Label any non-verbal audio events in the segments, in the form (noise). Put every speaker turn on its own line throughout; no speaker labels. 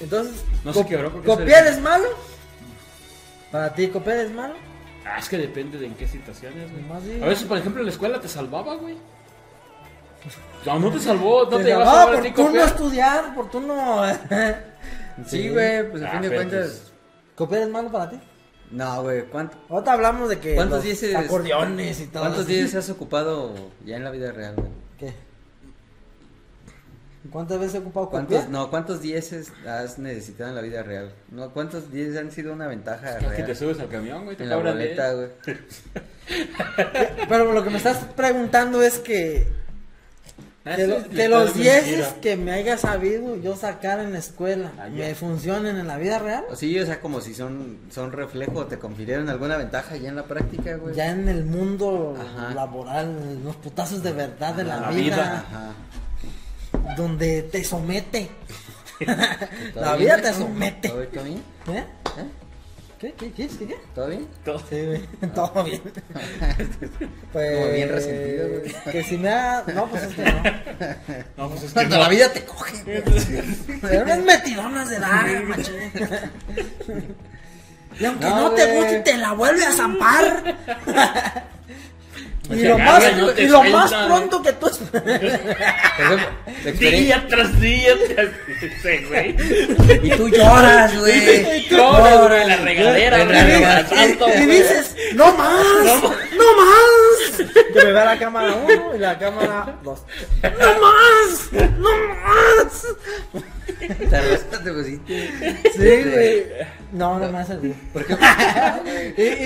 Entonces,
No se
co-
quebró porque
¿copiar
se-
es malo? Para ti, ¿copiar es malo?
Ah, es que depende de en qué situaciones, güey.
Nomás digo.
A veces, por ejemplo, en la escuela te salvaba, güey. No, no te salvó, no
Te
te, llevas
grababa
a
por tú no estudiar, por tú no... (laughs) sí, güey, pues a
Ah,
fin de
pero,
cuentas...
pues,
¿Copiar es malo para ti?
No, güey, ¿cuánto-
Ahorita hablamos de que
¿Cuántos
los
dieces-
acordeones y todo.
¿cuántos
así.
días has ocupado ya en la vida real, güey?
¿Qué? ¿Cuántas veces he ocupado
¿Cuántos,
copiar?
no, ¿cuántos dieces has necesitado en la vida real? No, ¿cuántos dieces han sido una ventaja
que te ¿eh?
real?
subes al camión, güey, te
En la
cobran
boleta,
10.
güey.
Pero lo (laughs) que me estás preguntando es que
Ah,
de,
sí,
lo-
sí,
de
está
los 10
bien, mentira.
que me haya sabido yo sacar en la escuela,
Ah, ya.
¿me funcionen en la vida real?
O sí, o sea, como si son, son reflejo, te confirieron alguna ventaja ya en la práctica, güey.
Ya en el mundo
Pues, Ajá.
laboral, en los putazos de verdad de la,
La
vida,
Ajá.
donde te somete. la vida te somete.
¿Todo bien? ¿Todo bien?
¿Eh?
¿Eh?
¿Qué? ¿Qué? ¿Qué? ¿Qué? ¿Qué?
¿Todo bien?
Todo-
Sí, güey, (laughs) todo bien. Pues,
Como bien resentido, güey.
Que si me ha... No, pues es que no.
No, pues es que
Cuando
no.
la vida te coge. güey.
Pero unas metidonas de dar, macho. Y aunque no,
No,
te
güey.
guste, te la vuelve a zampar. y
Te
lo, más,
agarra y no te
y lo
suelta,
más
güey.
pronto que tú
Por ejemplo, la
(laughs)
experiencia.
Día tras día, tras- ese (laughs) güey.
Y tú lloras, güey.
Y lloras, güey, en la regadera,
En
güey,
la regadera.
abrazando,
y
güey.
dices, no más, no más. Que me vea la cámara 1 y la cámara 2. No más, no más.
Te arrastras, te pusiste.
Sí, güey. No, no me hace así.
¿Por qué?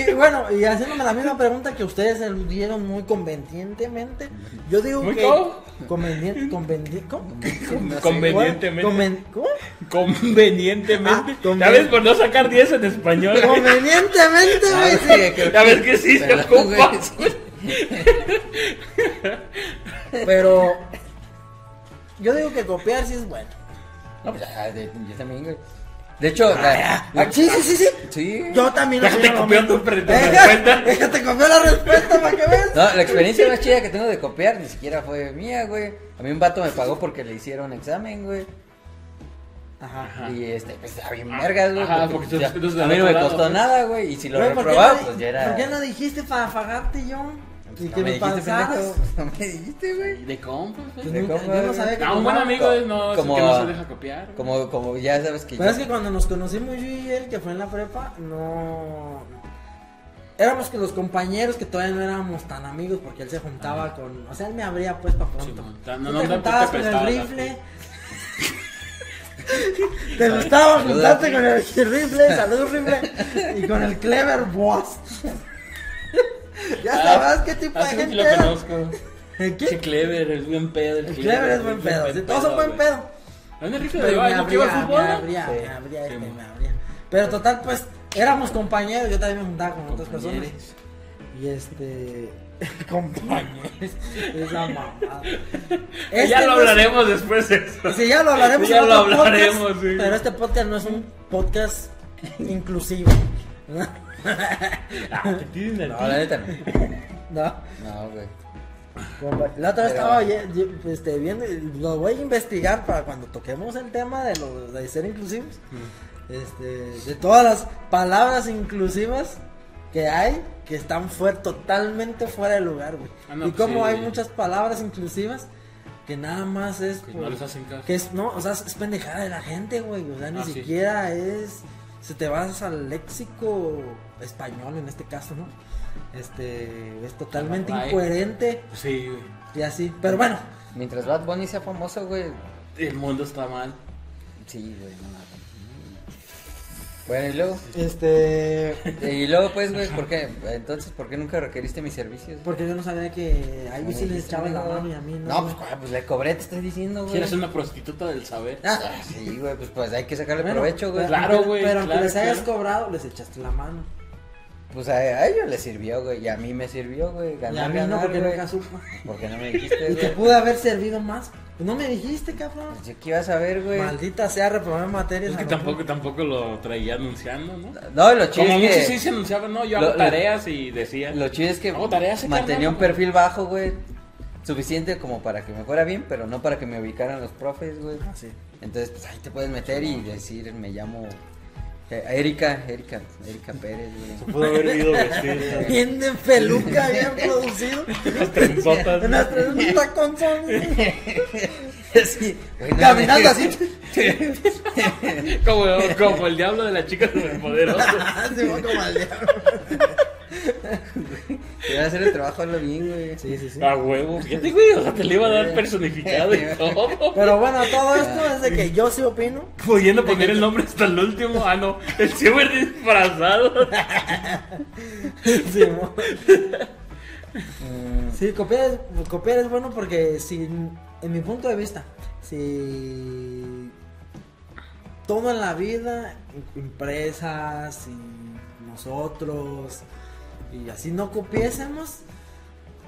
Y, y, bueno, y haciéndome la misma pregunta que ustedes eludieron muy convenientemente, yo digo
¿Muy
que
cómo?
conveniente, conveniente, ¿cómo?
Convenientemente.
Conven- ¿cómo?
Convenientemente.
Ah, conven-
¿Sabes? Por no sacar 10 en español. güey.
Convenientemente,
Ah,
güey. sí.
Ya ves que sí se ocupa,
(laughs)
güey.
Pero yo digo que copiar sí es bueno.
No, pues, ah, de- yo también, güey. De hecho, la-
Ah, sí, sí, sí, sí.
sí.
Yo también.
Déjate
opino lo
copiar
mismo.
tu
(laughs)
pre- tu
Deja-
respuesta.
Déjate copiar la respuesta para que veas.
No, la experiencia más chida que tengo de copiar ni siquiera fue mía, güey. A mí un vato me pagó porque le hicieron examen, güey.
Ajá.
Y este, pues estaba bien vergas, güey.
Ajá,
porque,
porque
pues,
tú- tú- tú-
ya, a mí no me
tú-
costó
tú-
nada, güey. Y si lo
pues. Güey, ¿por, qué
reprobaba,
no,
pues
di-
ya era. Pues
¿Por qué no dijiste para pagarte yo? Y
No
que
me
me
dijiste, pendejo. (laughs)
pasaras.
No me dijiste, güey.
De compas,
Yo
güey.
De
nunca-
cómo,
yo no
güey.
sabía que
Ah, un buen
cobraba.
amigo es no, es
Como-
que no se deja copiar. güey.
Como, como ya sabes que
Pero
yo-
es que cuando nos conocimos yo y él, que fue en la prepa, no... Éramos que los compañeros que todavía no éramos tan amigos porque él se juntaba con... O sea, él me abría pues para
Sí,
pronto.
man. No,
Tú
no,
te
no,
juntabas
tú te
con el
prestabas,
rifle. (laughs) te gustaba juntarte con el rifle, saludos rifle, y con el clever boss. ya
Ah,
sabrás qué tipo de
así que
gente
lo
era.
conozco.
¿El qué?
Sí, Clever, el buen pedo.
El clever es buen pedo, sí, todos son buen
güey.
pedo.
¿A dónde rifle de
Pero me
baño? ¿Qué iba
abría,
al
me
fútbol?
abría,
Sí.
me abría este,
Sí,
me abría. Pero total, pues, éramos compañeros, yo también me juntaba con otras personas.
Compañeros.
Y este... (laughs) compañeros. Esa mamada.
ya
Este
lo
no es-
hablaremos después de
(laughs)
eso.
Sí, ya lo hablaremos
Ya
en
lo
otro
hablaremos,
podcast,
sí.
Pero este podcast no es un podcast (laughs) inclusivo.
Ah, que tienen
No,
aquí.
la neta no.
¿No?
No, güey.
Compa- La otra vez
Pero-
estaba oye- yo- este, viendo, y lo voy a investigar para cuando toquemos el tema de, lo, de ser inclusivos,
Mm.
este, de todas las palabras inclusivas que hay que están fuera, totalmente fuera de lugar, güey.
Ah, no,
y
pues
como
sí.
hay muchas palabras inclusivas que nada más es...
Que no
por-
les hacen caso.
que es, no, o sea, es pendejada de la gente, güey. O sea, ni
Ah, sí.
siquiera es. Si te vas al léxico español en este caso, ¿no? Este. Es totalmente
Ay.
incoherente
Pues Sí, güey.
y así. Pero bueno,
Mientras Bad Bunny sea famoso, güey.
El mundo está mal.
Sí, güey, no mames. Bueno, y luego.
este.
Y luego, pues, güey, ¿por qué? Entonces, ¿por qué nunca requeriste mis servicios?
Porque yo no sabía que a ellos sí les
echaba
echaban la mano y a mí no.
No, pues, güey, pues le cobré, te estoy diciendo, güey.
¿Quieres ser una prostituta del saber?
Ah, sí, güey, pues, pues hay que sacarle
Bueno,
provecho, güey.
pero-
Claro, güey,
Pero aunque
claro,
les hayas
claro.
cobrado, les echaste la mano.
Pues a, a ellos les sirvió, güey, y a mí me sirvió, güey.
Y
Ganar,
a mí no,
ganar,
porque
güey.
nunca supo.
Porque no me dijiste,
Y te
güey.
pude haber servido más. Pues no me dijiste, cabrón.
Pues yo qué iba a saber, güey.
Maldita sea, reprobé materias.
Es que
a lo
tampoco, tampoco lo traía anunciando, ¿no?
No, lo chido
Como
es
muchos
que...
sí se anunciaban, no, yo
Lo-
hago
lo-
tareas y decía.
Lo chido es que
Hago tareas, sí,
mantenía
carnal.
un perfil bajo, güey. suficiente como para que me fuera bien, pero no para que me ubicaran los profes, güey.
Ah, Sí.
Entonces, pues ahí te puedes meter y decir, me llamo eh, Erika, Erika, Erika
Se
Pérez, güey.
pudo haber
(laughs)
ido vestir.
Bien de peluca, bien producido.
Las trenzotas.
Unas tres un taconzón.
Sí, güey, no,
Caminando
no,
así. (laughs)
Como, como el diablo de la chica superpoderosa.
Se va como al diablo.
Te voy a hacer el trabajo, hazlo bien, güey.
Sí, sí, sí.
A huevo, fíjate, güey, o sea, te le iba a dar personificado
(laughs)
y todo.
Pero bueno, todo esto es de que yo sí opino.
Pudiendo poner el nombre hasta el último. Ah, no, el ciber disfrazado.
Sí, mo-
Mm,
Sí, copiar es, copiar es bueno porque si, en mi punto de vista, si todo en la vida, em- empresas y nosotros, y así no copiésemos,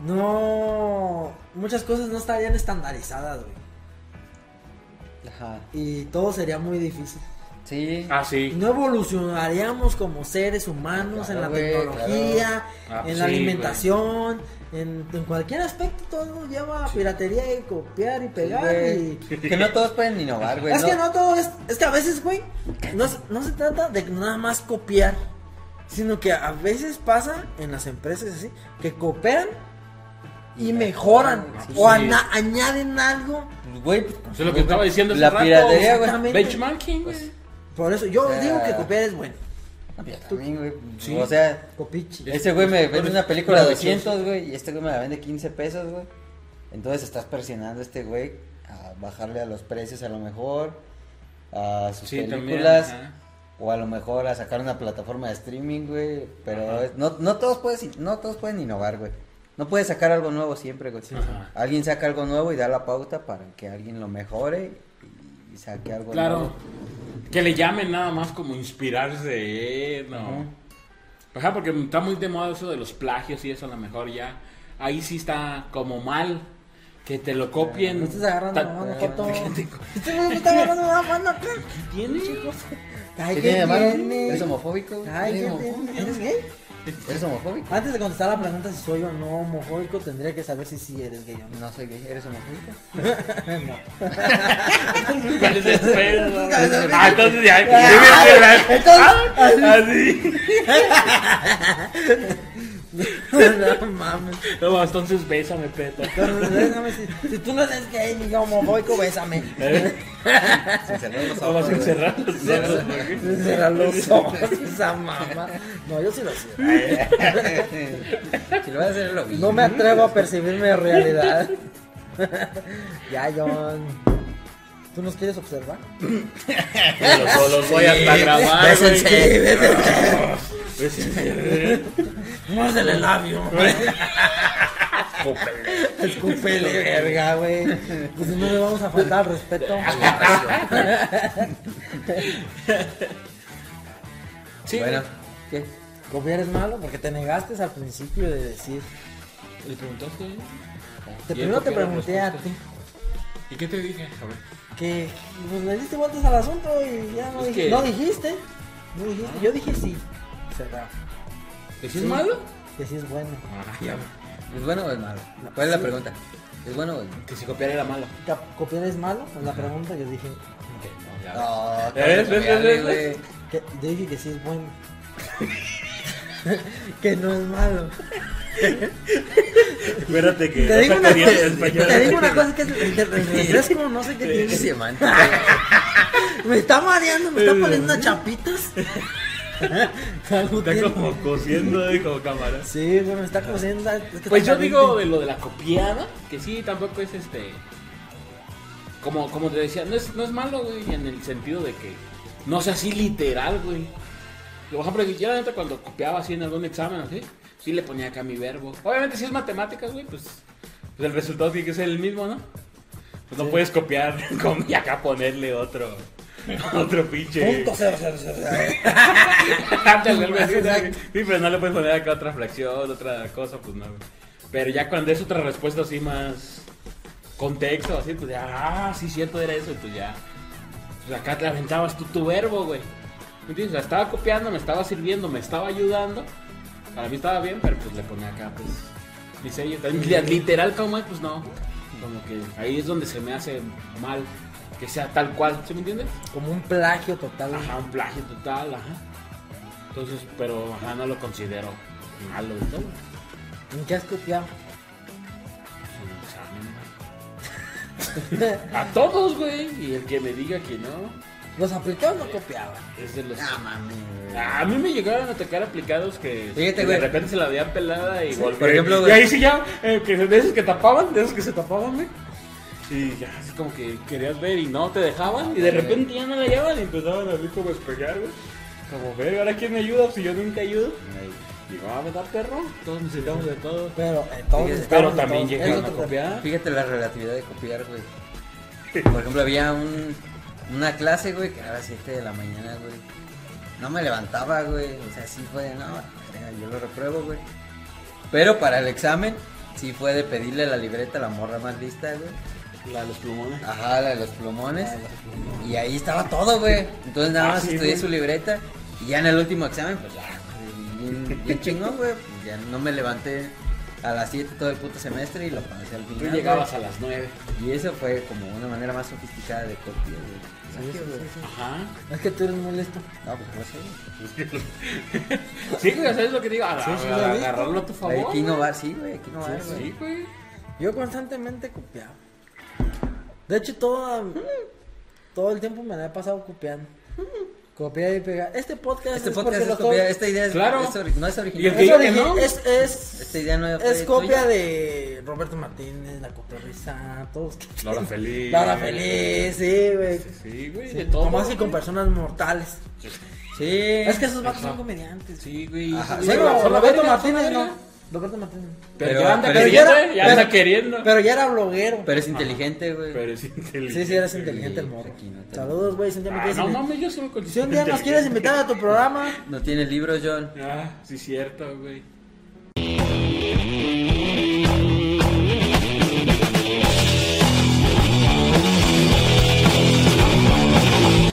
no, muchas cosas no estarían estandarizadas, güey,
Ajá.
y todo sería muy difícil.
Sí.
Ah,
Y
sí.
no evolucionaríamos como seres humanos en la
Claro, güey,
tecnología,
claro. Ah,
en
pues
la
sí,
alimentación, en, en cualquier aspecto todo lleva a piratería y copiar y pegar
güey.
y...
Que no todos pueden innovar, güey.
es que no todo es, es que a veces, güey, no, es- no se trata de nada más copiar, sino que a veces pasa en las empresas así, que cooperan y mejoran,
Sí.
o ana- añaden algo.
Pues, Güey, pues,
Eso es lo que estaba diciendo hace
La
rato.
piratería, güey.
Exactamente. Pues,
Benchmarking, güey.
Por eso yo
Eh.
digo que copiar es bueno.
Yo también, güey. pues,
Sí.
O sea,
Copichi.
ese güey me vende una película de
Pero sí,
200, güey, y este güey me la vende 15 pesos, güey. Entonces estás presionando a este güey a bajarle a los precios a lo mejor, a sus
Sí, también,
películas,
ajá.
o a lo mejor a sacar una plataforma de streaming, güey. Pero
Ajá.
es- no, no, todos puedes, no todos pueden innovar, güey. No puedes sacar algo nuevo siempre, güey.
Ajá.
Alguien saca algo nuevo y da la pauta para que alguien lo mejore y- y saque algo
Claro.
nuevo.
Que le llamen nada más como inspirarse, eh, no. Ajá, porque está muy de moda eso de los plagios y eso a lo mejor ya. Ahí sí está como mal. Que te lo copien.
No estás agarrando la
(laughs)
mano,
¿Qué
Joto. Este güey me está agarrando (laughs) la mano acá.
tienes,
Ay,
¿Qué
¿qué
tiene de malo?
tiene?
¿Eres homofóbico? güey?
Ay,
¿Eres
¿qué
homofóbico?
tiene? ¿Eres gay?
¿Eres homofóbico?
Antes de contestar la pregunta si soy o no homofóbico, tendría que saber si sí eres gay o (laughs) no.
No soy gay,
(laughs)
eres homofóbico.
¿Cuál es el
(laughs)
pedo?
Cabezón.
Ah, entonces
(laughs)
ya. (laughs) ya me- Ah, Así.
no mames.
No, entonces bésame, peta.
Entonces, déjame, si, si tú no eres gay ni homofóbico, (laughs) bésame.
Sin cerrar los ojos,
Vamos a
güey.
encerrar los ojos, porque-
Cerrar (laughs) los ojos, esa mamá. No, yo sí lo sé.
(laughs) Si lo vas a hacer, lo vi.
No me atrevo a percibirme de realidad. ya, John. ¿Tú nos quieres observar? (laughs)
Los, los voy hasta
Sí,
grabar, güey.
bésense.
Muérdele el (laughs) labio. Escúpele, verga, güey. Pues no le vamos a faltar al respeto.
Sí,
Bueno,
¿Qué? ¿Copiar es malo? Porque te negaste al principio de decir.
¿Le preguntaste?
Te,
¿Y él
primero te
copió la
pregunté a
respuesta?
ti
¿Y qué te dije? A ver.
que pues, le diste vueltas al asunto y ya no,
Es
dij-
que-
no dijiste. No dijiste. Yo dije sí. Cerrado.
¿Es
Sí.
malo?
Que sí es bueno.
¿es bueno o es malo? ¿Cuál es la pregunta? ¿Es bueno o es malo?
Que si copiar era malo.
Cap- ¿Copiar es malo? Es la pregunta. Yo dije
No,
¿Ves, ves, ves, ves, ves?
que, yo dije que sí es
(laughs)
bueno. que no es malo.
Espérate que.
Te digo
está
una,
coreano en
te,
español.
digo una cosa que es el refresco, no sé qué
¿Qué
tiene.
(laughs)
semántica?
Me está mareando, me está poniendo unas chapitas.
(laughs)
Algo
Está
tiene.
como cosiendo eh, como cámara.
Sí, güey, me está cosiendo. es que
Pues
está
yo digo
caliente.
de lo de la copiada, que sí, tampoco es este. Como, como te decía, no es, no es malo, güey, en el sentido de que no sea así literal, güey. Por ejemplo, yo la neta cuando copiaba así en algún examen, así, sí le ponía acá mi verbo. Obviamente, si es matemáticas, güey, pues, pues el resultado tiene que ser el mismo, ¿no? Pues no puedes copiar (laughs) con- y acá ponerle otro. Otro pinche.
Punto cero, cero, cero, cero.
Ándale, algo así, ¿no?
Exacto.
Sí, pero no le puedes poner acá otra fracción, otra cosa, pues no. güey. Pero ya cuando es otra respuesta así más contexto, así, pues ya, ah, sí, cierto era eso, y pues ya. Pues acá te aventabas tú tu verbo, güey. ¿Me entiendes? O sea, estaba copiando, me estaba sirviendo, me estaba ayudando. Para mí estaba bien, pero pues le ponía acá, pues, Dice ella, también, li- literal, como pues no. Como que ahí es donde se me hace mal que sea tal cual, ¿sí me entiendes?
Como un plagio total.
Ajá, un plagio total, ajá. Entonces, pero ajá, no lo considero malo del todo.
¿En qué has copiado? (laughs)
Es un examen. A todos, güey. Y el que me diga que no,
¿Los aplicados no copiaban?
es de los.
Ah,
mami.
A mí me llegaron a tocar aplicados que
Fíjate,
que
güey.
de repente se la veían pelada y golpe.
por ejemplo,
y
güey.
ahí sí ya, eh, que de esos que tapaban, de esos que se tapaban, güey. Y ya, así como que querías ver y no te dejaban. Y de repente ya no la hallaban y empezaban a mí como a espejar, güey. Como, ver, ¿ahora quién me ayuda? Si yo nunca ayudo. Y digo, ah, ¿verdad, perro? Todos necesitamos de todo.
Pero entonces.
Pero también
llegaron
llegaron a copiar.
Fíjate la relatividad de copiar, güey. Por ejemplo, había un, una clase, güey, que era a las 7 de la mañana, güey. No me levantaba, güey. O sea, sí fue de, no, venga, yo lo repruebo, güey. Pero para el examen, sí fue de pedirle la libreta a la morra más lista, güey.
La de los plumones.
Ajá, la de los plumones. Y ahí estaba todo, güey. Entonces nada
Ah,
más
sí,
estudié
güey.
su libreta. Y ya en el último examen, pues ya, güey, bien, bien chingón, güey. Pues, ya no me levanté a las 7 todo el puto semestre y lo pasé al final.
Tú
güey.
llegabas a las 9.
Y eso fue como una manera más sofisticada de copiar, güey.
Sí, sí, sí.
Ajá.
Es que tú eres muy listo.
No, pues no sé. güey.
Sí, güey, ¿sabes lo que digo? Aga-
Sí, sí,
aga-
lo vi.
agarrarlo a tu
Güey,
favor.
Aquí no
güey.
va, sí, güey, aquí no va, güey.
Sí, güey.
Yo constantemente copiaba. De hecho, todo, todo el tiempo me la he pasado copiando. Copiar y pegar. Este podcast
Este
es
podcast
porque
es
lo
copia,
co-
esta idea es,
Claro.
es ori- no es
Y el
original.
que
Es,
diga que
origi-
no.
es, es-
Esta idea no
es
fue
copia
tuya.
de Roberto Martínez, la cotorriza, todos. que-
Laura Feliz.
Laura Feliz, sí, güey.
Sí, güey, de todo.
Como así
güey.
con personas mortales.
Sí.
Es que esos vatos
Ajá.
son comediantes.
Sí, güey.
Ajá.
Sí,
Sí,
güey,
pero
son la
Roberto
verga, son la
Martínez no.
verga.
Roberto Martínez.
Pero
Pero-
ya anda
pero
queriendo,
ya-
eh, ya anda
pero-
queriendo.
Pero ya era bloguero.
Pero es inteligente, güey.
Pero es inteligente.
Sí, sí, eres inteligente el
Sí,
morro.
aquí no te-
Saludos, güey. Si un día me
Ah,
quieres
no
invi-
mames, yo sí me
si
considero
un día nos quieres invitar a tu programa,
No tiene libros, John.
Ah, sí, cierto, güey.